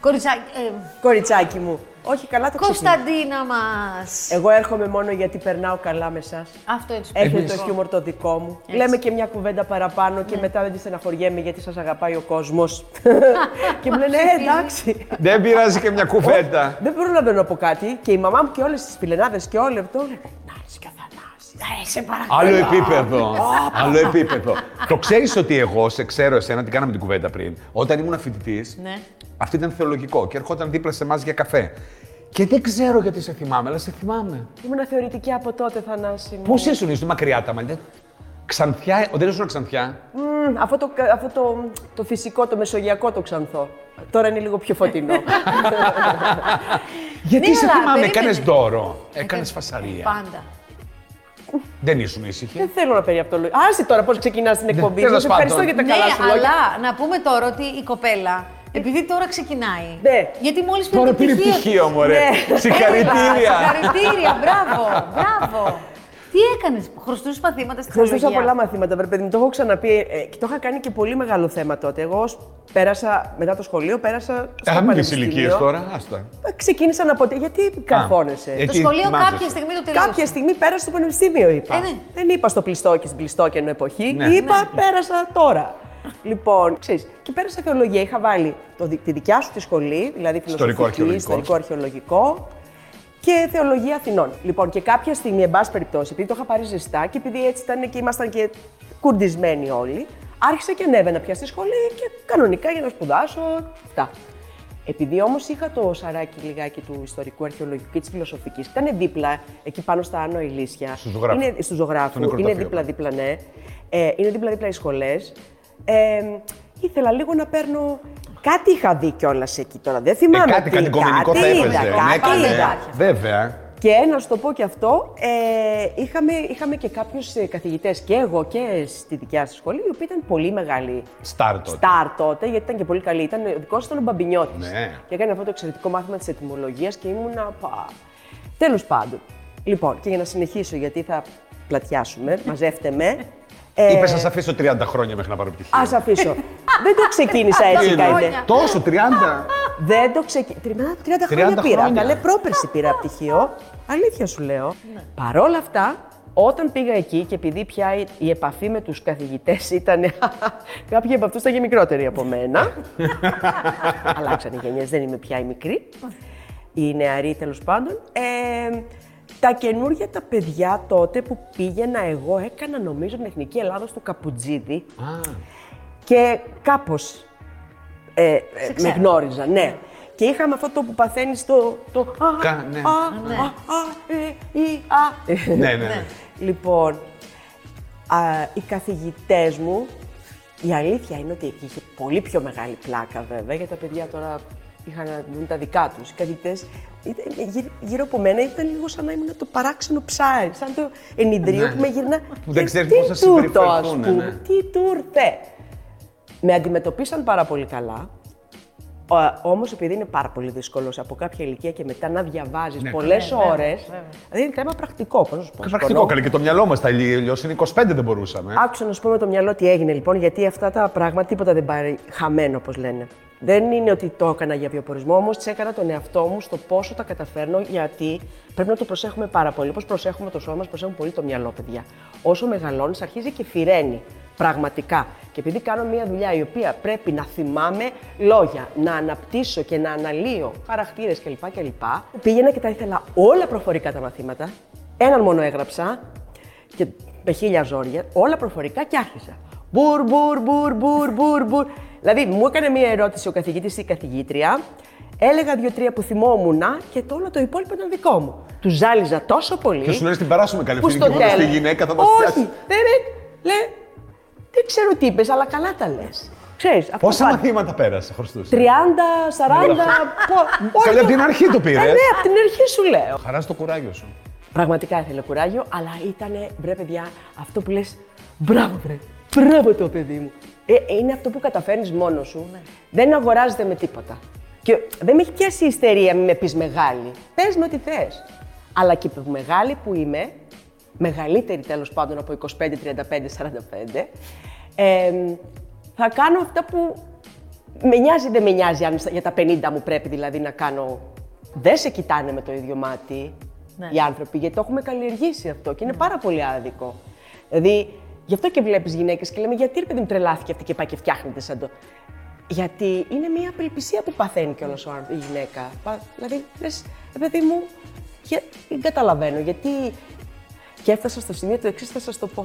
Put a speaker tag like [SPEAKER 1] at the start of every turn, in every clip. [SPEAKER 1] κοριτσάκι. ε,
[SPEAKER 2] Κοριτσάκι μου. Όχι, καλά το ξύπνησα.
[SPEAKER 1] Κωνσταντίνα μας.
[SPEAKER 2] Εγώ έρχομαι μόνο γιατί περνάω καλά με εσάς.
[SPEAKER 1] Αυτό έτσι που
[SPEAKER 2] Έχετε
[SPEAKER 1] λέω.
[SPEAKER 2] το χιούμορ το δικό μου. Λέμε και μια κουβέντα παραπάνω και μετά δεν τη στεναχωριέμαι γιατί σας αγαπάει ο κόσμος. και μου λένε, ε, εντάξει.
[SPEAKER 3] Δεν πειράζει και μια κουβέντα.
[SPEAKER 2] Δεν πρόλαβε να πω κάτι και η μαμά μου και όλες τις πιλενάδε και όλοι αυτό. λένε, Να είσαι καθαρά. Σε παρακαλώ.
[SPEAKER 3] Άλλο επίπεδο. Άλλο επίπεδο. Το ξέρεις ότι εγώ σε ξέρω εσένα, την κάναμε την κουβέντα πριν. Όταν ήμουν φοιτητής,
[SPEAKER 1] Ναι.
[SPEAKER 3] αυτή ήταν θεολογικό και ερχόταν δίπλα σε εμάς για καφέ. Και δεν ξέρω γιατί σε θυμάμαι, αλλά σε θυμάμαι.
[SPEAKER 2] Ήμουν θεωρητική από τότε, Θανάση. μου.
[SPEAKER 3] Πώς ήσουν, ήσουν μακριά τα μαλλιά. Ξανθιά, δεν ήσουν ξανθιά.
[SPEAKER 2] Μμμ, αυτό, το, αυτό το, το φυσικό, το μεσογειακό το ξανθώ. Τώρα είναι λίγο πιο φωτεινό.
[SPEAKER 3] Γιατί
[SPEAKER 1] Ναι,
[SPEAKER 3] σε
[SPEAKER 1] αλλά Ε,
[SPEAKER 3] θυμάμαι,
[SPEAKER 1] περίμενε.
[SPEAKER 3] έκανες δώρο, έκανες
[SPEAKER 2] Ε,
[SPEAKER 3] φασαρία.
[SPEAKER 1] Πάντα.
[SPEAKER 3] Δεν ήσουν ήσυχη.
[SPEAKER 2] Ε, δεν θέλω να περιαπτολογήσω. Άσε τώρα πώς ξεκινάς την εκπομπή.
[SPEAKER 3] τέλος
[SPEAKER 2] Σας ευχαριστώ
[SPEAKER 3] πάντων.
[SPEAKER 2] για τα
[SPEAKER 1] ναι,
[SPEAKER 2] καλά σου λόγια.
[SPEAKER 1] αλλά να πούμε τώρα ότι η κοπέλα, επειδή τώρα ξεκινάει.
[SPEAKER 2] Ε, Ναι.
[SPEAKER 1] Γιατί μόλις πήρε
[SPEAKER 3] Τώρα
[SPEAKER 1] το
[SPEAKER 3] πήρε πτυχίο μου, ρε.
[SPEAKER 2] Ναι.
[SPEAKER 3] Συγχαρητήρια.
[SPEAKER 1] Συγχαρητήρια, μπράβο, μπράβο. Τι έκανες, χρωστούσες παθήματα στη
[SPEAKER 2] Χρωστούσα
[SPEAKER 1] θεολογία.
[SPEAKER 2] πολλά μαθήματα, βρε παιδί μου. Το έχω ξαναπεί ε, και το είχα κάνει και πολύ μεγάλο θέμα τότε. Εγώ ως- πέρασα μετά το σχολείο, πέρασα. στο
[SPEAKER 3] Θα μην πεις
[SPEAKER 2] πανεπιστήμιο.
[SPEAKER 3] ηλικίες τώρα, άστα.
[SPEAKER 2] Ε, Ξεκίνησα να πω. Γιατί καρφώνεσαι.
[SPEAKER 3] ε,
[SPEAKER 1] Το
[SPEAKER 3] Τι
[SPEAKER 1] σχολείο
[SPEAKER 3] μάζεσαι.
[SPEAKER 1] κάποια στιγμή το τελείωσε.
[SPEAKER 2] Κάποια στιγμή πέρασα στο πανεπιστήμιο, είπα.
[SPEAKER 1] Ε, ναι.
[SPEAKER 2] Δεν είπα στο κλειστό και στην κλειστόκαινο εποχή.
[SPEAKER 3] Ναι.
[SPEAKER 2] Είπα πέρασα τώρα. λοιπόν, ξέρεις, και πέρασα θεολογία. Είχα βάλει το, δι- τη δικιά σου τη σχολή, δηλαδή φιλοσοφική,
[SPEAKER 3] αρχαιολογικό.
[SPEAKER 2] ιστορικό αρχαιολογικό και θεολογία Αθηνών. Λοιπόν, και κάποια στιγμή, εν πάση περιπτώσει, επειδή το είχα πάρει ζεστά και επειδή έτσι ήταν και ήμασταν και κουρντισμένοι όλοι, άρχισα και ανέβαινα πια στη σχολή και κανονικά για να σπουδάσω. Αυτά. Επειδή όμως είχα το σαράκι λιγάκι του ιστορικού, αρχαιολογικού και της φιλοσοφικής, ήταν δίπλα εκεί πάνω στα Άνω Ηλίσια.
[SPEAKER 3] Στους ζωγράφους.
[SPEAKER 2] Είναι, στους ζωγράφους.
[SPEAKER 3] Στο νεκροταφείο.
[SPEAKER 2] είναι δίπλα-δίπλα, ναι. Ε, είναι δίπλα-δίπλα οι σχολές. Ε, ήθελα λίγο να παίρνω. Κάτι είχα δει κιόλας εκεί τώρα. Δεν
[SPEAKER 3] Ε,
[SPEAKER 2] θυμάμαι.
[SPEAKER 3] κάτι,
[SPEAKER 2] τι,
[SPEAKER 3] κάτι κομμενικό
[SPEAKER 2] κάτι
[SPEAKER 3] θα
[SPEAKER 2] είδα,
[SPEAKER 3] έπαιζε. Ναι,
[SPEAKER 2] κάτι
[SPEAKER 3] καλέ.
[SPEAKER 2] είδα.
[SPEAKER 3] Βέβαια.
[SPEAKER 2] Και να σου το πω και αυτό, ε, είχαμε, είχαμε και κάποιους καθηγητές και εγώ και στη δικιά σας σχολή, οι οποίοι ήταν πολύ μεγάλοι
[SPEAKER 3] Στάρ τότε.
[SPEAKER 2] στάρ τότε, γιατί ήταν και πολύ καλοί. Ήταν, ο δικός ήταν ο Μπαμπινιώτης.
[SPEAKER 3] Ναι.
[SPEAKER 2] Και έκανε αυτό το εξαιρετικό μάθημα της ετοιμολογίας και ήμουνα. Πα... Τέλος πάντων. Λοιπόν, και για να συνεχίσω, γιατί θα πλατιάσουμε, μαζεύτε με. Ε,
[SPEAKER 3] Είπες, θα σε αφήσω 30 χρόνια μέχρι να πάρω πτυχίο.
[SPEAKER 2] Ας αφήσω. Δεν το ξεκίνησα έτσι,
[SPEAKER 3] Είναι.
[SPEAKER 2] Καϊδέ.
[SPEAKER 1] χρόνια.
[SPEAKER 3] Τόσο, 30.
[SPEAKER 2] Δεν το ξεκίνησα. 30, 30 χρόνια
[SPEAKER 3] 30
[SPEAKER 2] πήρα.
[SPEAKER 3] χρόνια.
[SPEAKER 2] Καλέ, πρόπερση πήρα πτυχίο. Αλήθεια σου λέω. Παρόλα αυτά, όταν πήγα εκεί και επειδή πια η- η επαφή με τους καθηγητές ήταν. Κάποιοι από αυτούς ήταν και μικρότεροι από μένα. Αλλάξαν οι γενιές, δεν είμαι πια η μικρή. Η νεαρή τέλος πάντων. Ε, τα καινούργια τα παιδιά τότε που πήγαινα εγώ έκανα νομίζω την Εθνική Ελλάδα του Καπουτζίδη. Και κάπως ε, ε, με
[SPEAKER 1] ξέρω.
[SPEAKER 2] γνώριζαν, ναι. Και είχαμε αυτό το που παθαίνεις το... το α,
[SPEAKER 3] Κα- ναι.
[SPEAKER 2] α,
[SPEAKER 1] Ναι.
[SPEAKER 2] α, α, ε, ή, α. Ε,
[SPEAKER 3] ναι, ναι, ναι.
[SPEAKER 2] Λοιπόν, α, οι καθηγητές μου, η αλήθεια είναι ότι εκεί είχε πολύ πιο μεγάλη πλάκα βέβαια, γιατί τα παιδιά τώρα είχαν να δουν τα δικά τους. Οι καθηγητές ήταν- γύρω, γύρω από μένα ήταν λίγο σαν να ήμουν το παράξενο ψάρι, σαν το ενιδρίο που με γυρνά.
[SPEAKER 3] Που Ναι. δεν
[SPEAKER 2] «Και
[SPEAKER 3] ξέρεις
[SPEAKER 2] τι
[SPEAKER 3] πώς θα
[SPEAKER 2] τούτο, ας
[SPEAKER 3] συμπεριφερθούν,
[SPEAKER 2] πούμε,
[SPEAKER 3] ναι.
[SPEAKER 2] Τι του ήρθε. Με αντιμετωπίσαν πάρα πολύ καλά. Όμως, επειδή είναι πάρα πολύ δύσκολος από κάποια ηλικία και μετά να διαβάζεις
[SPEAKER 3] Ναι,
[SPEAKER 2] πολλές ώρε. Δηλαδή είναι θέμα πρακτικό, πώς να σου πω.
[SPEAKER 3] Και
[SPEAKER 2] σου
[SPEAKER 3] πρακτικό,
[SPEAKER 2] πω,
[SPEAKER 3] καλά. Και το μυαλό μας τα λέει αλλιώ. Είναι 25 δεν μπορούσαμε.
[SPEAKER 2] Άκουσα να σου πω με το μυαλό τι έγινε λοιπόν, γιατί αυτά τα πράγματα τίποτα δεν πάει χαμένο, όπως λένε. Δεν είναι ότι το έκανα για βιοπορισμό, όμως έκανα τον εαυτό μου στο πόσο τα καταφέρνω, γιατί πρέπει να το προσέχουμε πάρα πολύ. Όπως προσέχουμε το σώμα μας, προσέχουμε πολύ το μυαλό, παιδιά. Όσο μεγαλώνεις, αρχίζει και φυραίνει. Πραγματικά. Και επειδή κάνω μια δουλειά η οποία πρέπει να θυμάμαι λόγια, να αναπτύσσω και να αναλύω χαρακτήρες κλπ. κλπ. Πήγαινα και τα ήθελα όλα προφορικά τα μαθήματα. Έναν μόνο έγραψα και με χίλια ζόρια, όλα προφορικά και άρχισα. Μπουρ, μπουρ, μπουρ, μπουρ, μπουρ, μπουρ. Δηλαδή, μου έκανε μία ερώτηση ο καθηγητής ή η καθηγήτρια, έλεγα δύο-τρία που θυμόμουν και το όλο το υπόλοιπο ήταν δικό μου. Τους ζάλιζα τόσο πολύ.
[SPEAKER 3] Και σου λες, την περάσουμε καλή
[SPEAKER 2] που
[SPEAKER 3] φίλη,
[SPEAKER 2] στο
[SPEAKER 3] και μόνο στη
[SPEAKER 2] τέλος-
[SPEAKER 3] γυναίκα θα μας πιάσει.
[SPEAKER 2] Όχι, δεν ρε, λέ, δεν ξέρω τι είπες, αλλά καλά τα λες. Ξέρεις, αυτό
[SPEAKER 3] Πόσα
[SPEAKER 2] πάντα.
[SPEAKER 3] μαθήματα πέρασε, Χρωστού.
[SPEAKER 2] 30, 40, πο-
[SPEAKER 3] Καλή,
[SPEAKER 2] όλα
[SPEAKER 3] απ'
[SPEAKER 2] τα-
[SPEAKER 3] την αρχή το πήρες.
[SPEAKER 2] Ε, Ναι, από την αρχή σου λέω.
[SPEAKER 3] Χαράς στο κουράγιο σου.
[SPEAKER 2] Πραγματικά ήθελε κουράγιο, αλλά ήταν, βρε παιδιά, αυτό που λες, μπράβο βρε, μπράβο το παιδί μου. Ε, ε, είναι αυτό που καταφέρνεις μόνος σου, δεν αγοράζεται με τίποτα. Και δεν με έχει πιάσει η ιστερία μη με πεις μεγάλη, πες με ό,τι θες. Αλλά και που μεγάλη που είμαι, μεγαλύτερη τέλος πάντων από 25, 35, 45, ε, θα κάνω αυτά που Με νοιάζει, δεν με νοιάζει αν στα- για τα 50 μου πρέπει δηλαδή να κάνω. Δεν σε κοιτάνε με το ίδιο μάτι
[SPEAKER 1] Ναι.
[SPEAKER 2] οι άνθρωποι, γιατί το έχουμε καλλιεργήσει αυτό και είναι πάρα πολύ άδικο. Δηλαδή, γι' αυτό και βλέπεις γυναίκες και λέμε: Γιατί ρε παιδί μου τρελάθηκε αυτή και πάει και φτιάχνεται σαν το. Γιατί είναι μια απελπισία που παθαίνει κιόλας η γυναίκα. Πα- Δηλαδή, λες, παιδί μου, για- δεν καταλαβαίνω γιατί. Και έφτασα στο σημείο του εξής, θα σας το πω.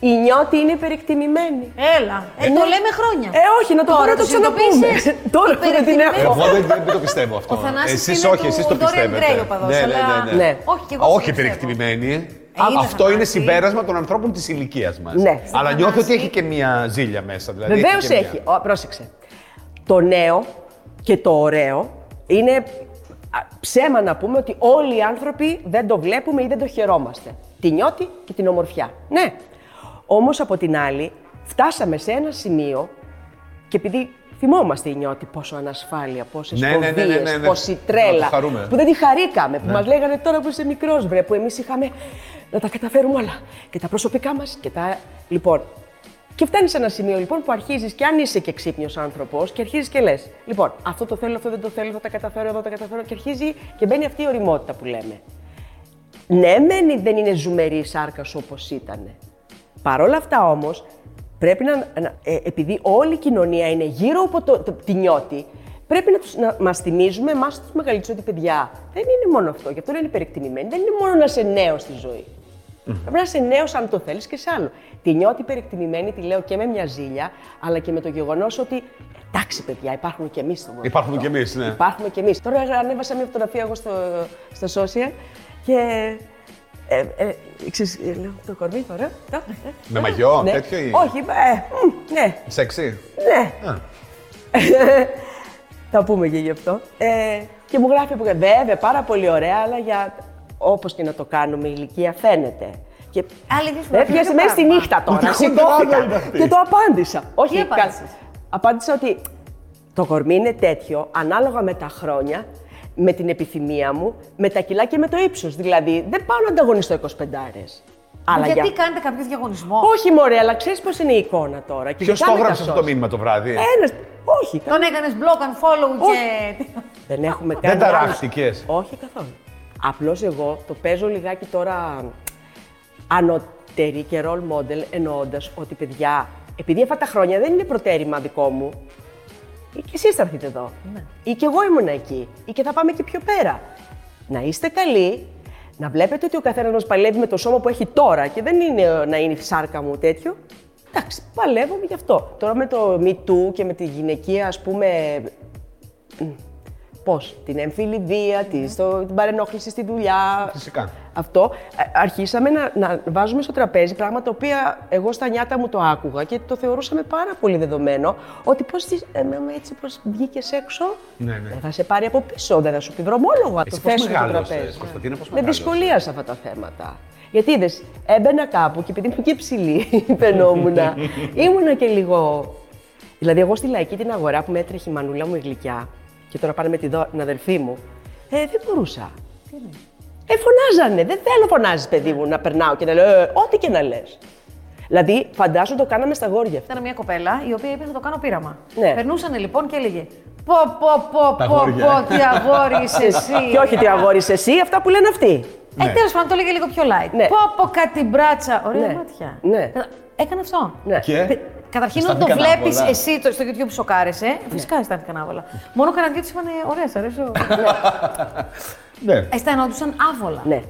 [SPEAKER 2] η νιώτη είναι υπερεκτιμημένη.
[SPEAKER 1] Έλα. Ε, το λέμε χρόνια.
[SPEAKER 2] Ε, όχι, να το,
[SPEAKER 1] Τώρα
[SPEAKER 2] πω, να το
[SPEAKER 1] το συνειδητοποίησες?
[SPEAKER 2] ξαναπούμε. Τώρα που δεν την
[SPEAKER 1] Υπερεκτιμημένη.
[SPEAKER 2] έχω.
[SPEAKER 3] Εγώ δεν, δεν το πιστεύω αυτό.
[SPEAKER 1] Ε, Ο Θανάσης
[SPEAKER 3] Εσείς
[SPEAKER 1] είναι
[SPEAKER 3] όχι,
[SPEAKER 1] του
[SPEAKER 3] εσείς το
[SPEAKER 1] Dorian Gray
[SPEAKER 3] πιστεύετε.
[SPEAKER 1] ο παδός,
[SPEAKER 3] ναι, ναι,
[SPEAKER 1] αλλά-
[SPEAKER 3] ναι, ναι.
[SPEAKER 2] Ναι.
[SPEAKER 1] Όχι, και εγώ το
[SPEAKER 3] όχι
[SPEAKER 1] πιστεύω.
[SPEAKER 3] υπερεκτιμημένη. ε.
[SPEAKER 1] είναι
[SPEAKER 3] Αυτό είναι
[SPEAKER 1] Θανάση.
[SPEAKER 3] συμπέρασμα των ανθρώπων της ηλικίας μας.
[SPEAKER 2] Ναι.
[SPEAKER 3] Αλλά νιώθω ότι
[SPEAKER 1] Θανάση.
[SPEAKER 3] έχει και μια ζήλια μέσα. Δηλαδή
[SPEAKER 2] Βεβαίως
[SPEAKER 3] και μια-
[SPEAKER 2] έχει. Ο, πρόσεξε. Το νέο και το ωραίο είναι α, ψέμα να πούμε ότι όλοι οι άνθρωποι δεν το βλέπουμε ή δεν το χαιρόμαστε. Την νιώτη και την ομορφιά. Ναι. Όμως από την άλλη, φτάσαμε σε ένα σημείο και επειδή θυμόμαστε η νιώτη πόσο ανασφάλεια, πόσες
[SPEAKER 3] Ναι, ναι, ναι, ναι, ναι, ναι.
[SPEAKER 2] πόση
[SPEAKER 3] Να
[SPEAKER 2] τρέλα.
[SPEAKER 3] το χαρούμε. Ναι.
[SPEAKER 2] Που δεν τη χαρήκαμε, που μας μας λέγανε τώρα που είσαι μικρός, βρε, που εμείς είχαμε να τα καταφέρουμε όλα. Και τα προσωπικά μας και τα. Λοιπόν. Και φτάνεις σε ένα σημείο λοιπόν που αρχίζεις και αν είσαι και ξύπνιος άνθρωπος και αρχίζεις και λες: Λοιπόν, αυτό το θέλω, αυτό δεν το θέλω, θα τα καταφέρω, εδώ τα καταφέρω. Και αρχίζει και μπαίνει αυτή η οριμότητα που λέμε. Ναι, μεν δεν είναι ζουμερή η σάρκας όπως ήταν. Παρ' όλα αυτά όμως, πρέπει να. να- ε, επειδή όλη η κοινωνία είναι γύρω από το, το, τη νιώτη, πρέπει να, τους- να μας θυμίζουμε εμά τους μεγαλύτερους ότι παιδιά δεν είναι μόνο αυτό. Γι' αυτό λένε υπερεκτιμημένοι. Δεν είναι μόνο να είσαι νέος στη ζωή. Πρέπει να είσαι νέος αν το θέλεις και σε άλλο. Τη νιώτη υπερεκτιμημένη τη λέω και με μια ζήλια, αλλά και με το γεγονός ότι. Εντάξει, παιδιά, υπάρχουν και εμεί στον κόσμο.
[SPEAKER 3] Υπάρχουμε
[SPEAKER 2] αυτό.
[SPEAKER 3] κι εμείς, ναι.
[SPEAKER 2] Υπάρχουμε κι εμείς. Τώρα ανέβασα μια φωτογραφία εγώ στο, στα social και. Ε, ε, ξέρεις, ε, λέω, το κορμί τώρα. το, ε,
[SPEAKER 3] Με μαγιό,
[SPEAKER 2] ναι.
[SPEAKER 3] τέτοιο ή.
[SPEAKER 2] Όχι, ε, μ, ναι,
[SPEAKER 3] Σεξι.
[SPEAKER 2] ναι.
[SPEAKER 3] Α.
[SPEAKER 2] Θα πούμε και γι' αυτό. Ε, και μου γράφει που βέβαια πάρα πολύ ωραία, αλλά για όπως και να το κάνουμε η ηλικία φαίνεται. Και
[SPEAKER 1] Άλλη δύσκολη.
[SPEAKER 2] με έπιασε
[SPEAKER 1] Ποιο
[SPEAKER 2] Ε, μέσα στη
[SPEAKER 1] πράγμα? Ε,
[SPEAKER 2] νύχτα τώρα,
[SPEAKER 3] Ούτε
[SPEAKER 2] σηκώθηκα
[SPEAKER 3] χοντράδα είναι αυτή.
[SPEAKER 2] και το απάντησα. Όχι, κα-
[SPEAKER 1] απάντησες?
[SPEAKER 2] Απάντησα ότι το κορμί είναι τέτοιο, ανάλογα με τα χρόνια, με την επιθυμία μου, με τα κιλά και με το ύψος. Δηλαδή, δεν πάω να ανταγωνιστώ 25άρες. Αλλά
[SPEAKER 1] Γιατί
[SPEAKER 2] για-
[SPEAKER 1] κάνετε κάποιο διαγωνισμό.
[SPEAKER 2] Όχι μωρέ, αλλά ξέρεις πώς είναι η εικόνα τώρα.
[SPEAKER 3] Ποιο το έγραψε αυτό το μήνυμα το βράδυ.
[SPEAKER 2] Ένας, όχι,
[SPEAKER 1] Τον έκανες block and follow και.
[SPEAKER 2] δεν έχουμε
[SPEAKER 3] Δεν
[SPEAKER 2] κάνει
[SPEAKER 3] ταράχτηκες?
[SPEAKER 2] Όχι καθόλου. Απλώς εγώ το παίζω λιγάκι τώρα ανωτερή και role model εννοώντας ότι παιδιά, επειδή αυτά τα χρόνια δεν είναι προτέρημα δικό μου, ή Ε, και εσείς θα έρθετε εδώ. Ή και εγώ ήμουν εκεί. Ή και θα πάμε και πιο πέρα. Να είστε καλοί, να βλέπετε ότι ο καθένας παλεύει με το σώμα που έχει τώρα και δεν είναι ε, να είναι η σάρκα μου τέτοιο. Εντάξει, παλεύουμε γι' αυτό. Τώρα με το Me Too και με τη γυναικεία, ας πούμε, Πώς, την έμφυλη βία, τη- στο- την παρενόχληση στη δουλειά.
[SPEAKER 3] Φυσικά.
[SPEAKER 2] Αυτό. α- Αρχίσαμε να, να βάζουμε στο τραπέζι πράγματα τα οποία εγώ στα νιάτα μου το άκουγα και το θεωρούσαμε πάρα πολύ δεδομένο. Ότι πώς έτσι πώς βγήκες έξω,
[SPEAKER 3] Ναι, ναι.
[SPEAKER 2] δεν θα σε πάρει από πίσω, δεν θα σου πει δρομόλογα.
[SPEAKER 3] Εσύ
[SPEAKER 2] το
[SPEAKER 3] πώς
[SPEAKER 2] θέσουμε στο
[SPEAKER 3] μεγάλωσες,
[SPEAKER 2] τραπέζι.
[SPEAKER 3] Κωνσταντίνα, πώς
[SPEAKER 2] Με
[SPEAKER 3] μεγάλωσες?
[SPEAKER 2] δυσκολία σε αυτά τα θέματα. Γιατί είδες, έμπαινα κάπου και επειδή ήμουν και ψηλή, πενόμουνα. ήμουνα και λίγο. Δηλαδή, εγώ στη λαϊκή την αγορά που με έτρεχε η μανούλα μου η γλυκιά, και τώρα πάνε με τη δο- την αδερφή μου, ε, δεν μπορούσα. Ε, φωνάζανε. Δεν θέλω φωνάζεις, παιδί μου, να περνάω και να λέω, «Ε, ό,τι και να λες. Δηλαδή, φαντάζομαι το κάναμε στα γόρια.
[SPEAKER 1] Ήταν μια κοπέλα η οποία είπε θα το κάνω πείραμα.
[SPEAKER 2] Ναι.
[SPEAKER 1] Περνούσανε λοιπόν και έλεγε Πω, πω, πω,
[SPEAKER 3] Τα
[SPEAKER 1] πω,
[SPEAKER 3] αγόρια.
[SPEAKER 1] πω, τι αγόρις είσαι εσύ.
[SPEAKER 2] Ναι. και όχι τι αγόρισε εσύ, αυτά που λένε αυτοί.
[SPEAKER 1] Ε,
[SPEAKER 3] Ναι.
[SPEAKER 1] τέλος πάντων, το έλεγε λίγο πιο light.
[SPEAKER 2] Ναι.
[SPEAKER 1] Πω, πω, κάτι μπράτσα. Ωραία
[SPEAKER 2] Ναι.
[SPEAKER 1] μάτια.
[SPEAKER 2] Ναι.
[SPEAKER 1] Έκανε αυτό.
[SPEAKER 2] Ναι.
[SPEAKER 3] Και.
[SPEAKER 1] Καταρχήν, όταν το
[SPEAKER 3] Αισθάνθηκαν
[SPEAKER 1] βλέπει
[SPEAKER 3] άβολα.
[SPEAKER 1] εσύ το- στο YouTube που
[SPEAKER 2] Ναι.
[SPEAKER 1] σοκάρεσαι, φυσικά αισθάνθηκαν άβολα. Μόνο κανένα του είπαν ωραία, σα αρέσω.
[SPEAKER 2] Ε,
[SPEAKER 3] Ναι.
[SPEAKER 1] Αισθανόντουσαν άβολα.
[SPEAKER 2] Ναι.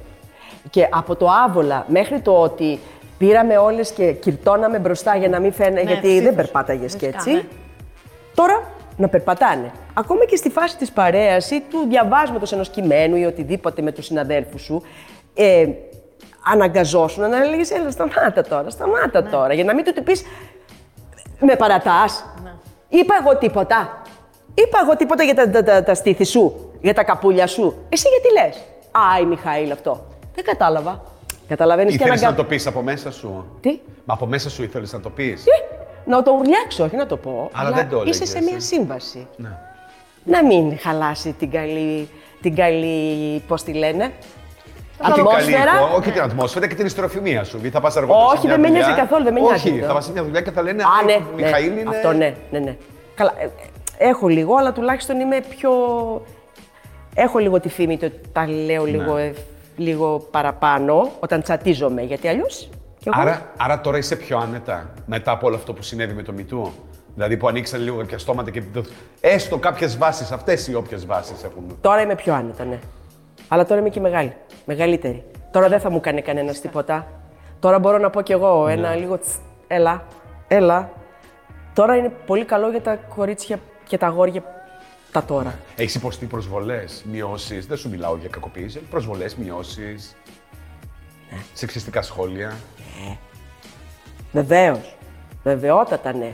[SPEAKER 2] Και από το άβολα μέχρι το ότι πήραμε όλες και κυρτώναμε μπροστά για να μην φαίνεται.
[SPEAKER 1] Ναι,
[SPEAKER 2] γιατί
[SPEAKER 1] ψήφους.
[SPEAKER 2] δεν περπάταγες και
[SPEAKER 1] Φυσικά,
[SPEAKER 2] έτσι.
[SPEAKER 1] ναι.
[SPEAKER 2] Τώρα να περπατάνε. Ακόμα και στη φάση της παρέας ή του διαβάσματος ενός κειμένου ή οτιδήποτε με τους συναδέλφου σου. Ε, αναγκαζόσουν να λέγεις, έλα σταμάτα τώρα, σταμάτα
[SPEAKER 1] Ναι.
[SPEAKER 2] τώρα, για να μην του πεις με παρατάς. Είπα εγώ τίποτα. Είπα εγώ τίποτα για τα, τα, τα, τα στήθη σου, για τα καπούλια σου. Εσύ γιατί λες. Α, η Μιχαήλ αυτό. Δεν κατάλαβα. Καταλαβαίνεις και
[SPEAKER 3] Ήθελες
[SPEAKER 2] αναγκα-
[SPEAKER 3] να το πεις από μέσα σου.
[SPEAKER 2] Τι?
[SPEAKER 3] Μα από μέσα σου ήθελες να το πεις.
[SPEAKER 2] Ε. Να το ουρλιάξω, όχι να το πω.
[SPEAKER 3] Αλλά δεν το
[SPEAKER 2] Είσαι
[SPEAKER 3] έλεγες,
[SPEAKER 2] σε
[SPEAKER 3] ε.
[SPEAKER 2] μία σύμβαση.
[SPEAKER 3] Ναι.
[SPEAKER 2] Να μην χαλάσει την καλή. Την καλή πώς τη λένε.
[SPEAKER 3] Και καλή
[SPEAKER 2] Ατμόσφαιρα.
[SPEAKER 3] εικόνα, όχι την ατμόσφαιρα και την ιστροφημία σου. Γιατί θα πας αργότερα.
[SPEAKER 2] Όχι,
[SPEAKER 3] σε μια
[SPEAKER 2] δεν με νοιάζει
[SPEAKER 3] δουλειά.
[SPEAKER 2] καθόλου, δεν με νοιάζει
[SPEAKER 3] Όχι,
[SPEAKER 2] αυτό.
[SPEAKER 3] θα πας σε μια δουλειά και θα λένε.
[SPEAKER 2] Α, ναι,
[SPEAKER 3] «Ο Μιχαήλ
[SPEAKER 2] ναι.
[SPEAKER 3] είναι.
[SPEAKER 2] Αυτό ναι, ναι, ναι. Καλά, ε, ε, έχω λίγο, αλλά τουλάχιστον είμαι πιο. Έχω λίγο τη φήμη ότι τα λέω
[SPEAKER 3] Ναι.
[SPEAKER 2] λίγο, ε, λίγο παραπάνω όταν τσατίζομαι. Γιατί αλλιώς.
[SPEAKER 3] Άρα, άρα τώρα είσαι πιο άνετα μετά από όλο αυτό που συνέβη με το Μητού. Δηλαδή που ανοίξαν λίγο κάποια στόματα και. Έστω κάποιες βάσεις, αυτές οι όποιες βάσεις έχουν.
[SPEAKER 2] Τώρα είμαι πιο άνετα, ναι. Αλλά τώρα είμαι και μεγάλη. Μεγαλύτερη. Τώρα δεν θα μου κάνει κανένας τίποτα. Τώρα μπορώ να πω κι εγώ
[SPEAKER 3] Ναι.
[SPEAKER 2] ένα λίγο τσ, έλα, έλα. Τώρα είναι πολύ καλό για τα κορίτσια και τα αγόρια τα τώρα.
[SPEAKER 3] Έχεις υποστεί προσβολές, μειώσεις. Δεν σου μιλάω για κακοποίηση. Προσβολές, μειώσεις. Σεξιστικά σχόλια.
[SPEAKER 2] Βεβαίως. Βεβαιότατα ναι.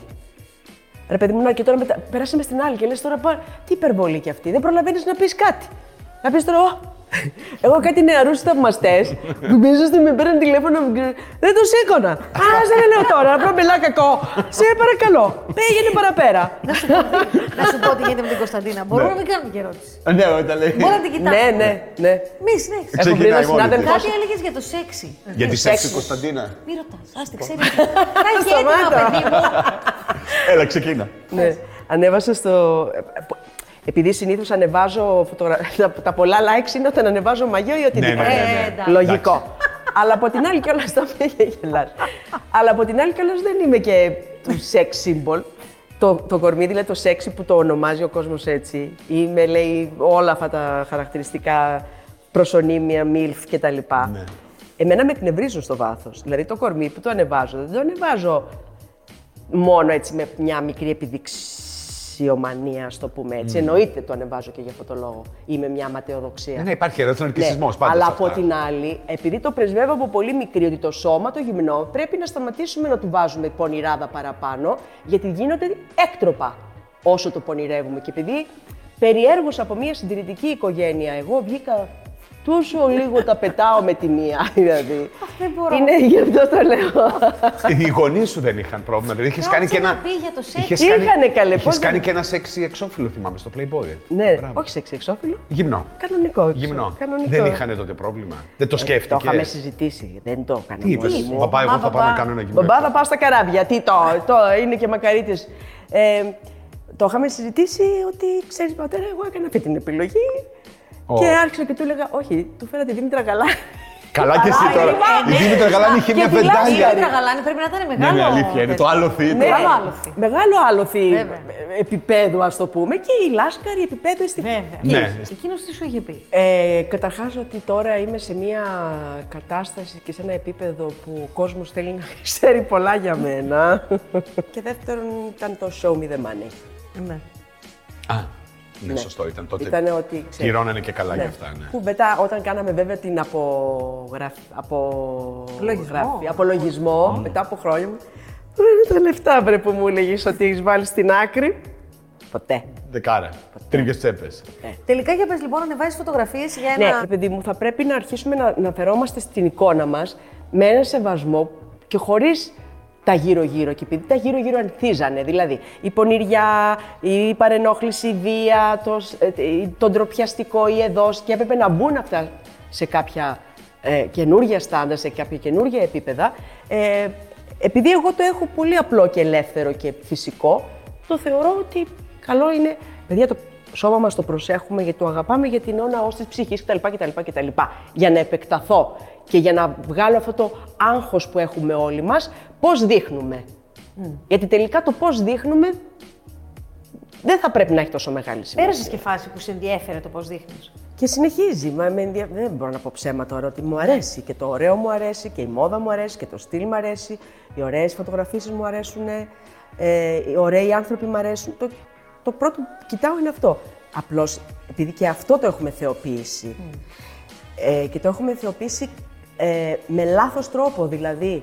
[SPEAKER 2] Ρε παιδί μου, να και τώρα μετα... περάσαμε στην άλλη και λες τώρα πά... τι υπερβολή κι αυτή. Δεν προλαβαίνεις να πεις κάτι. Να πεις τώρα, «Ω, εγώ κάτι νεαρούς θαυμαστές που μπίζεστε με παίρνουν τηλέφωνο. μου και- Δεν το σήκωνα. Α, δεν λέω τώρα, να πω μπελά κακό. Σε παρακαλώ, πήγαινε παραπέρα. Ναι.
[SPEAKER 1] να σου πω τι γίνεται με την Κωνσταντίνα. Μπορούμε να μην κάνουμε και ερώτηση.
[SPEAKER 3] Ναι, όταν λέει.
[SPEAKER 1] Μπορούμε να την κοιτάξουμε.
[SPEAKER 2] ναι, ναι, ναι.
[SPEAKER 1] Μη συνέχισε.
[SPEAKER 2] Έχω βρει
[SPEAKER 3] Ξεκινάει
[SPEAKER 2] έναν
[SPEAKER 3] μόνη της.
[SPEAKER 2] συνάδελφο.
[SPEAKER 1] Κάτι έλεγες για το σεξι.
[SPEAKER 3] Ε, Για τη σεξ
[SPEAKER 2] Σεξ.
[SPEAKER 3] Κωνσταντίνα.
[SPEAKER 1] Μη ρωτάς. Α την ξέρει. Θα έχει έτοιμα,
[SPEAKER 2] Σταμάτα.
[SPEAKER 1] παιδί μου.
[SPEAKER 3] Έλα, ξεκίνα.
[SPEAKER 2] Ναι. Ανέβασα στο. Επειδή συνήθως ανεβάζω. Φωτογρα... τα- Τα πολλά likes είναι όταν ανεβάζω μαγιό ή οτιδήποτε.
[SPEAKER 3] Ναι, ναι, ναι.
[SPEAKER 1] Ε, εντάξει.
[SPEAKER 2] Λογικό. Αλλά από την άλλη κιόλας θα με γελάς. Αλλά από την άλλη κιόλας δεν είμαι και του sex symbol. Το, το κορμί, δηλαδή το sexy που το ονομάζει ο κόσμος έτσι, ή με λέει όλα αυτά τα χαρακτηριστικά προσωνύμια, μιλφ κτλ.
[SPEAKER 3] Ναι.
[SPEAKER 2] Εμένα με εκνευρίζουν στο βάθος. Δηλαδή το κορμί που το ανεβάζω, δεν το ανεβάζω μόνο έτσι με μια μικρή επιδειξιομανία, ας το πούμε έτσι. Εννοείται το ανεβάζω και για αυτό το λόγο. ή με μια ματαιοδοξία.
[SPEAKER 3] Ναι, ναι, υπάρχει ερωτοναρκισμό πάντα.
[SPEAKER 2] Αλλά
[SPEAKER 3] σε
[SPEAKER 2] από
[SPEAKER 3] αυτά.
[SPEAKER 2] την άλλη, επειδή το πρεσβεύω από πολύ μικρή ότι το σώμα, το γυμνό, πρέπει να σταματήσουμε να του βάζουμε πονηράδα παραπάνω, γιατί γίνονται έκτροπα όσο το πονηρεύουμε. Και επειδή περιέργως από μια συντηρητική οικογένεια, εγώ βγήκα τόσο λίγο τα πετάω με τη μία, δηλαδή.
[SPEAKER 1] δεν μπορώ.
[SPEAKER 2] Είναι γι' αυτό το λέω.
[SPEAKER 3] Οι γονείς σου δεν είχαν πρόβλημα. Δηλαδή είχες
[SPEAKER 1] Κάτσε
[SPEAKER 3] κάνει και
[SPEAKER 1] να
[SPEAKER 3] ένα.
[SPEAKER 1] πει για το σεξ.
[SPEAKER 3] είχες
[SPEAKER 2] Είχανε,
[SPEAKER 3] κάνει-
[SPEAKER 2] καλέ,
[SPEAKER 3] είχες
[SPEAKER 2] πώς δεν-
[SPEAKER 3] κάνει και ένα σεξι εξώφυλλο, θυμάμαι, στο Playboy.
[SPEAKER 2] ναι,
[SPEAKER 3] Μπράβο.
[SPEAKER 2] όχι σε εξώφυλλο.
[SPEAKER 3] Γυμνό.
[SPEAKER 2] Κανονικό.
[SPEAKER 3] Γυμνό.
[SPEAKER 2] Κανονικό.
[SPEAKER 3] Δεν είχαν τότε πρόβλημα. Δεν το
[SPEAKER 2] Το είχαμε
[SPEAKER 3] σκέφτηκε.
[SPEAKER 2] συζητήσει. Δεν το έκανα.
[SPEAKER 3] Τι είπες,
[SPEAKER 2] μόνη μου.
[SPEAKER 3] Παπά, εγώ
[SPEAKER 1] Μα,
[SPEAKER 3] θα πάω
[SPEAKER 1] παπά.
[SPEAKER 3] να κάνω ένα γυμνό.
[SPEAKER 2] Μπαμπά θα πάω στα καράβια. Τι το, το είναι και μακαρίτης. Ε, το είχαμε συζητήσει ότι ξέρεις, πατέρα, εγώ έκανα αυτή την επιλογή.
[SPEAKER 3] Ω.
[SPEAKER 2] Και άρχισα και του έλεγα, Όχι, του φέρα τη Δήμητρα καλά.
[SPEAKER 3] Καλά και εσύ
[SPEAKER 2] Καλά,
[SPEAKER 3] τώρα.
[SPEAKER 2] είναι.
[SPEAKER 3] Η Δήμητρα Γαλάνη είχε
[SPEAKER 2] Και
[SPEAKER 3] μια
[SPEAKER 2] φυλάζει,
[SPEAKER 3] πεντάλια.
[SPEAKER 1] Η γαλάνη πρέπει να ήταν
[SPEAKER 3] Ναι,
[SPEAKER 1] μεγάλο.
[SPEAKER 3] ναι, αλήθεια. Είναι το άλλο θείο.
[SPEAKER 1] Μεγάλο άλοθη.
[SPEAKER 2] Μεγάλο άλοθη
[SPEAKER 1] Βέβαια.
[SPEAKER 2] επίπεδου, ας το πούμε, και η Λάσκαρη επίπεδου αισθητική.
[SPEAKER 1] Βέβαια.
[SPEAKER 3] Ναι.
[SPEAKER 1] Εκείνος τι σου είχε πει.
[SPEAKER 2] Ε, καταρχάς ότι τώρα είμαι σε μια κατάσταση και σε ένα επίπεδο που ο κόσμος θέλει να ξέρει πολλά για μένα. και δεύτερον ήταν το show me the money.
[SPEAKER 1] Ναι.
[SPEAKER 3] Α, ναι, σωστό ήταν τότε.
[SPEAKER 2] Ήτανε ότι ξέρεις.
[SPEAKER 3] Πληρώνανε και καλά για αυτά, ναι.
[SPEAKER 2] Που μετά, όταν κάναμε βέβαια την απογραφ... απο...
[SPEAKER 1] Λογισμό.
[SPEAKER 2] γραφή- απολογισμό, μετά από χρόνια μου, «Ρε, είναι τα λεφτά βρε που μου έλεγες ότι έχεις βάλει στην άκρη. Ποτέ.
[SPEAKER 3] Δεκάρα. Τρίβιε τσέπε.
[SPEAKER 1] Ε, Τελικά για πες λοιπόν ανεβάζει φωτογραφίες για
[SPEAKER 2] Ναι,
[SPEAKER 1] ένα.
[SPEAKER 2] ρε παιδί μου, θα πρέπει να αρχίσουμε να, να φερόμαστε στην εικόνα μας με ένα σεβασμό και χωρίς τα γύρω-γύρω. Και επειδή τα γύρω-γύρω ανθίζανε, δηλαδή η πονηριά, η παρενόχληση, η βία, το, σ- ε, ε, το ντροπιαστικό, η εδώ, και έπρεπε να μπουν αυτά σε κάποια ε, καινούργια στάντα, σε κάποια καινούργια επίπεδα. Ε, επειδή εγώ το έχω πολύ απλό και ελεύθερο και φυσικό, το θεωρώ ότι καλό είναι. Παιδιά, το σώμα μας το προσέχουμε γιατί το αγαπάμε για την όνα ως της ψυχής κτλ, κτλ, κτλ. Για να επεκταθώ και για να βγάλω αυτό το άγχος που έχουμε όλοι μας, πώς δείχνουμε. Γιατί τελικά το πώς δείχνουμε δεν θα πρέπει να έχει τόσο μεγάλη σημασία.
[SPEAKER 1] Πέρασες και φάση που σε ενδιέφερε το πώς δείχνεις.
[SPEAKER 3] Ναι.
[SPEAKER 2] Και συνεχίζει. Μα με ενδια... Δεν μπορώ να πω ψέμα τώρα ότι μου αρέσει. Και το ωραίο μου αρέσει και η μόδα μου αρέσει και το στυλ μου αρέσει. Οι ωραίες φωτογραφίε μου αρέσουν. Ε, οι ωραίοι άνθρωποι μου αρέσουν. Το, το πρώτο που κοιτάω είναι αυτό. Απλώς επειδή και αυτό το έχουμε θεοποιήσει. Ε, και το έχουμε θεοποιήσει ε, με λάθος τρόπο. Δηλαδή,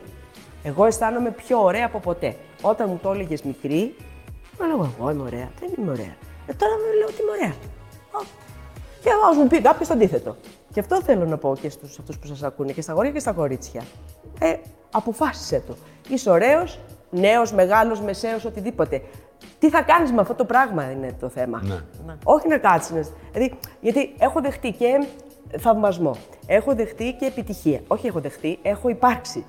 [SPEAKER 2] εγώ αισθάνομαι πιο ωραία από ποτέ. Όταν μου το έλεγες μικρή, μου λέω εγώ είμαι ωραία. Δεν είμαι ωραία. Ε, τώρα μου λέω ότι είμαι ωραία. Ω. Και ας μου πει κάποιος το αντίθετο. Και αυτό θέλω να πω και στους αυτούς που σας ακούνε, και στα αγόρια και στα κορίτσια. Ε, αποφάσισε το. Είσαι ωραίος, νέος, μεγάλος, μεσαίος, οτιδήποτε. Τι θα κάνεις με αυτό το πράγμα είναι το θέμα. Όχι να κάτσεις. να- Δηλαδή, γιατί έχω δεχτεί και θαυμασμό. Έχω δεχτεί και επιτυχία. Όχι έχω δεχτεί, έχω υπάρξει.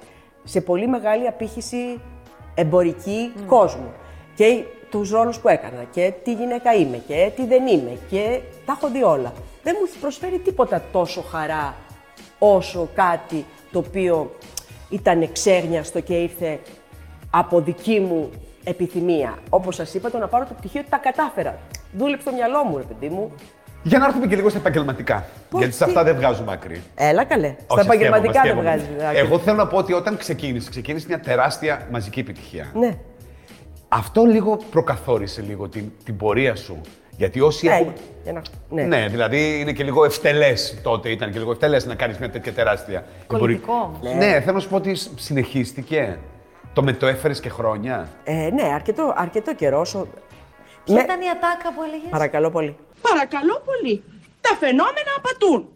[SPEAKER 2] Σε πολύ μεγάλη απήχηση εμπορική κόσμου. Και τους ρόλους που έκανα και τι γυναίκα είμαι και τι δεν είμαι και τα έχω δει όλα. Δεν μου έχει προσφέρει τίποτα τόσο χαρά όσο κάτι το οποίο ήταν εξέγνιαστο και ήρθε από δική μου επιθυμία. Όπως σας είπα, το να πάρω το πτυχίο τα κατάφερα. Δούλεψε το μυαλό μου, ρε παιδί μου.
[SPEAKER 3] Για να έρθουμε και λίγο στα επαγγελματικά.
[SPEAKER 2] Πώς,
[SPEAKER 3] γιατί σε
[SPEAKER 2] τι-
[SPEAKER 3] αυτά δεν βγάζουμε άκρη.
[SPEAKER 2] Έλα καλέ. Στα
[SPEAKER 3] Όχι,
[SPEAKER 2] επαγγελματικά δεν ε,
[SPEAKER 3] αστείευομαι,
[SPEAKER 2] βγάζει.
[SPEAKER 3] αστείευομαι. Εγώ θέλω να πω ότι όταν ξεκίνησε, ξεκίνησε μια τεράστια μαζική επιτυχία.
[SPEAKER 2] Ναι.
[SPEAKER 3] Αυτό λίγο προκαθόρισε λίγο την, την πορεία σου. Γιατί όσοι
[SPEAKER 2] Ε,
[SPEAKER 3] έχουν.
[SPEAKER 2] για να-
[SPEAKER 3] Ναι.
[SPEAKER 2] ναι.
[SPEAKER 3] δηλαδή είναι και λίγο ευτελές τότε, ήταν και λίγο ευτελές να κάνεις μια τέτοια τεράστια.
[SPEAKER 1] Κολλητικό.
[SPEAKER 3] εμπορική- Ναι, θέλω να σου πω ότι σ- συνεχίστηκε. Το μετοέφερε και χρόνια.
[SPEAKER 2] Ε, ναι, αρκετό, αρκετό καιρό. όσο-
[SPEAKER 1] Ποια
[SPEAKER 2] Με-
[SPEAKER 1] ήταν η ατάκα που έλεγες.
[SPEAKER 2] Παρακαλώ πολύ.
[SPEAKER 4] Παρακαλώ πολύ. Τα φαινόμενα απατούν.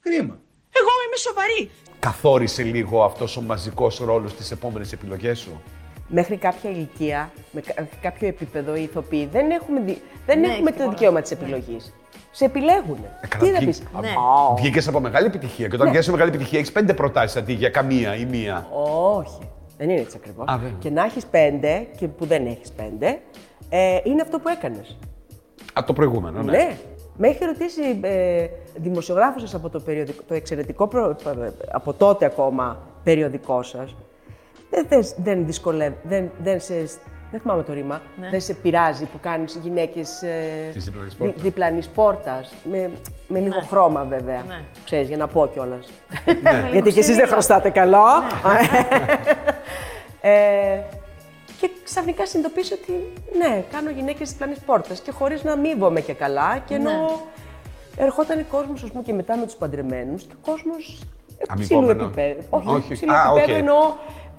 [SPEAKER 3] Κρίμα.
[SPEAKER 4] Εγώ είμαι σοβαρή.
[SPEAKER 3] Καθόρισε λίγο αυτός ο μαζικός ρόλος στις επόμενες επιλογές σου.
[SPEAKER 2] Μέχρι κάποια ηλικία, με κα- κάποιο επίπεδο οι ηθοποιοί δεν έχουμε, δι- δεν
[SPEAKER 1] Ναι,
[SPEAKER 2] έχουμε το
[SPEAKER 1] εκτιμώ,
[SPEAKER 2] δικαίωμα
[SPEAKER 1] ναι.
[SPEAKER 2] τη επιλογής. Σε επιλέγουν.
[SPEAKER 3] Ε, καλά,
[SPEAKER 2] Τι θα
[SPEAKER 3] βγή-
[SPEAKER 2] πεις.
[SPEAKER 3] α,
[SPEAKER 1] Ναι.
[SPEAKER 3] Βγήκες από μεγάλη επιτυχία και
[SPEAKER 2] Ναι.
[SPEAKER 3] όταν βγαίνει από μεγάλη επιτυχία έχεις πέντε προτάσεις αντί για καμία ή μία.
[SPEAKER 2] Όχι. Δεν είναι έτσι ακριβώς.
[SPEAKER 3] Α, βέβαια.
[SPEAKER 2] Και να έχεις πέντε και που δεν έχεις πέντε, ε, είναι αυτό που έκανες.
[SPEAKER 3] Από το προηγούμενο, ναι.
[SPEAKER 2] Ναι. Με είχε ρωτήσει ε, δημοσιογράφος σας από το, περιοδικό, το εξαιρετικό, προ- από τότε ακόμα, περιοδικό σας. Δεν, θες- δεν δυσκολεύει, δεν, δεν σε, δεν θυμάμαι το ρήμα,
[SPEAKER 1] Ναι.
[SPEAKER 2] δεν σε πειράζει που κάνεις γυναίκες ε,
[SPEAKER 3] Της διπλανής πόρτας.
[SPEAKER 2] διπλανής πόρτας, με, με λίγο χρώμα βέβαια,
[SPEAKER 1] Ναι.
[SPEAKER 2] ξέρεις, για να πω κιόλας.
[SPEAKER 3] Ναι.
[SPEAKER 1] Λίγο
[SPEAKER 2] Γιατί κι εσείς δεν
[SPEAKER 1] ξύλινο.
[SPEAKER 2] χρωστάτε καλό.
[SPEAKER 1] Ναι.
[SPEAKER 2] ε, και ξαφνικά συνειδητοποίησα ότι ναι, κάνω γυναίκες τη πλανή πόρτας και χωρίς να αμείβομαι και καλά. Και
[SPEAKER 3] Ναι.
[SPEAKER 2] ενώ ερχόταν ο κόσμος, ας πούμε, και μετά με τους παντρεμένους και ο κόσμο. Ψηλού
[SPEAKER 3] Αμοιβόμενο.
[SPEAKER 2] επίπεδου.
[SPEAKER 3] Όχι.
[SPEAKER 2] Όχι, ψηλού
[SPEAKER 3] Α, οκ.
[SPEAKER 2] επίπεδου εννοώ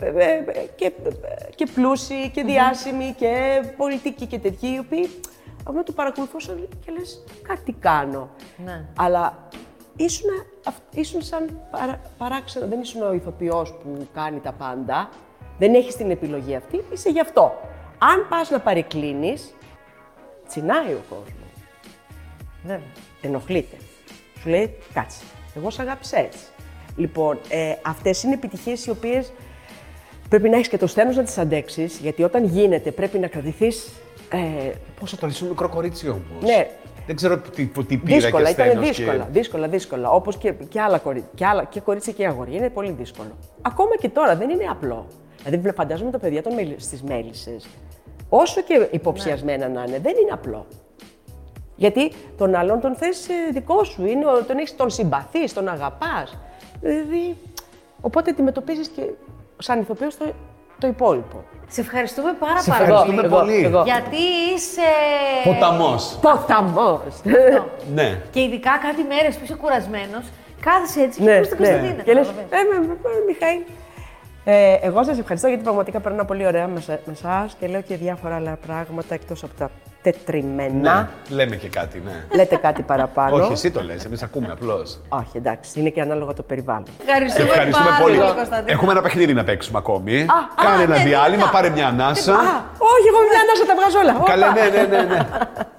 [SPEAKER 2] ε, ε, ε, και, ε, και πλούσιοι και διάσημοι και πολιτικοί και τέτοιοι, οι οποίοι αφού το παρακολουθούσαν και λες κάτι κάνω.
[SPEAKER 1] Ναι.
[SPEAKER 2] Αλλά ήσουν, ήσουν σαν παρά, παράξενο, δεν ήσουν ο ηθοποιός που κάνει τα πάντα. Δεν έχεις την επιλογή αυτή, είσαι γι' αυτό. Αν πας να παρεκκλίνεις, τσινάει ο κόσμος,
[SPEAKER 1] Βέβαια.
[SPEAKER 2] ενοχλείται. Σου λέει, κάτσε, εγώ σ' αγάπησα έτσι. Λοιπόν, ε, αυτές είναι επιτυχίες οι οποίες πρέπει να έχεις και το στένος να τις αντέξεις, γιατί όταν γίνεται πρέπει να κρατηθείς ε,
[SPEAKER 3] Πόσο το ήσουν μικρό κορίτσι όμως.
[SPEAKER 2] Ναι.
[SPEAKER 3] Δεν ξέρω τι, τι πήρα
[SPEAKER 2] Δύσκολα,
[SPEAKER 3] και
[SPEAKER 2] ήταν
[SPEAKER 3] ασθένος
[SPEAKER 2] δύσκολα,
[SPEAKER 3] Και...
[SPEAKER 2] δύσκολα, δύσκολα. Όπως και, και άλλα κορίτσια και, άλλα, και κορίτσια και αγόρια. Είναι πολύ δύσκολο. Ακόμα και τώρα δεν είναι απλό. Δηλαδή, βλε- φαντάζομαι τα παιδιά των μέλι- στις μέλισσες, όσο και
[SPEAKER 3] Ναι.
[SPEAKER 2] υποψιασμένα να είναι, δεν είναι απλό. Γιατί τον άλλον τον θες ε, δικό σου, είναι, ο- τον, έχεις, τον συμπαθείς, τον αγαπάς. Δηλαδή, οπότε αντιμετωπίζεις και σαν ηθοποιός το, το υπόλοιπο.
[SPEAKER 1] Σε ευχαριστούμε πάρα
[SPEAKER 3] Σε
[SPEAKER 1] πάρα
[SPEAKER 3] ευχαριστούμε
[SPEAKER 1] πολύ.
[SPEAKER 3] πολύ.
[SPEAKER 1] Γιατί είσαι.
[SPEAKER 3] Ποταμός.
[SPEAKER 2] Ποταμός!
[SPEAKER 3] Ναι.
[SPEAKER 1] Και ειδικά κάτι μέρες που είσαι κουρασμένος, κάθεσαι έτσι και
[SPEAKER 2] Ναι,
[SPEAKER 1] ναι, στην Κωνσταντίνα.
[SPEAKER 2] Και λες, ε,
[SPEAKER 1] καταλαβαίνεις.
[SPEAKER 2] με- με- με- Μιχαήλ. Ε, εγώ σας ευχαριστώ γιατί πραγματικά περνάω πολύ ωραία με σε- με εσάς και λέω και διάφορα άλλα πράγματα εκτός από τα τετριμένα.
[SPEAKER 3] ναι. Λέμε και κάτι, ναι.
[SPEAKER 2] Λέτε κάτι παραπάνω.
[SPEAKER 3] Όχι, εσύ το λες, εμείς ακούμε απλώς.
[SPEAKER 2] Όχι, εντάξει, είναι και ανάλογα το περιβάλλον.
[SPEAKER 3] Σε
[SPEAKER 1] Ευχαριστούμε,
[SPEAKER 3] ευχαριστούμε
[SPEAKER 1] πάρα
[SPEAKER 3] πολύ.
[SPEAKER 1] Κωνσταντίνα.
[SPEAKER 3] Έχουμε ένα παιχνίδι να παίξουμε ακόμη. Κάνε
[SPEAKER 1] α,
[SPEAKER 3] ένα
[SPEAKER 1] ναι, ναι,
[SPEAKER 3] διάλειμμα,
[SPEAKER 1] ναι.
[SPEAKER 3] πάρε μια
[SPEAKER 2] Α,
[SPEAKER 3] ανάσα.
[SPEAKER 2] όχι, εγώ μιλάω να τα βγάζω όλα.
[SPEAKER 3] Καλέ,
[SPEAKER 2] Όπα.
[SPEAKER 3] ναι, ναι, ναι, ναι.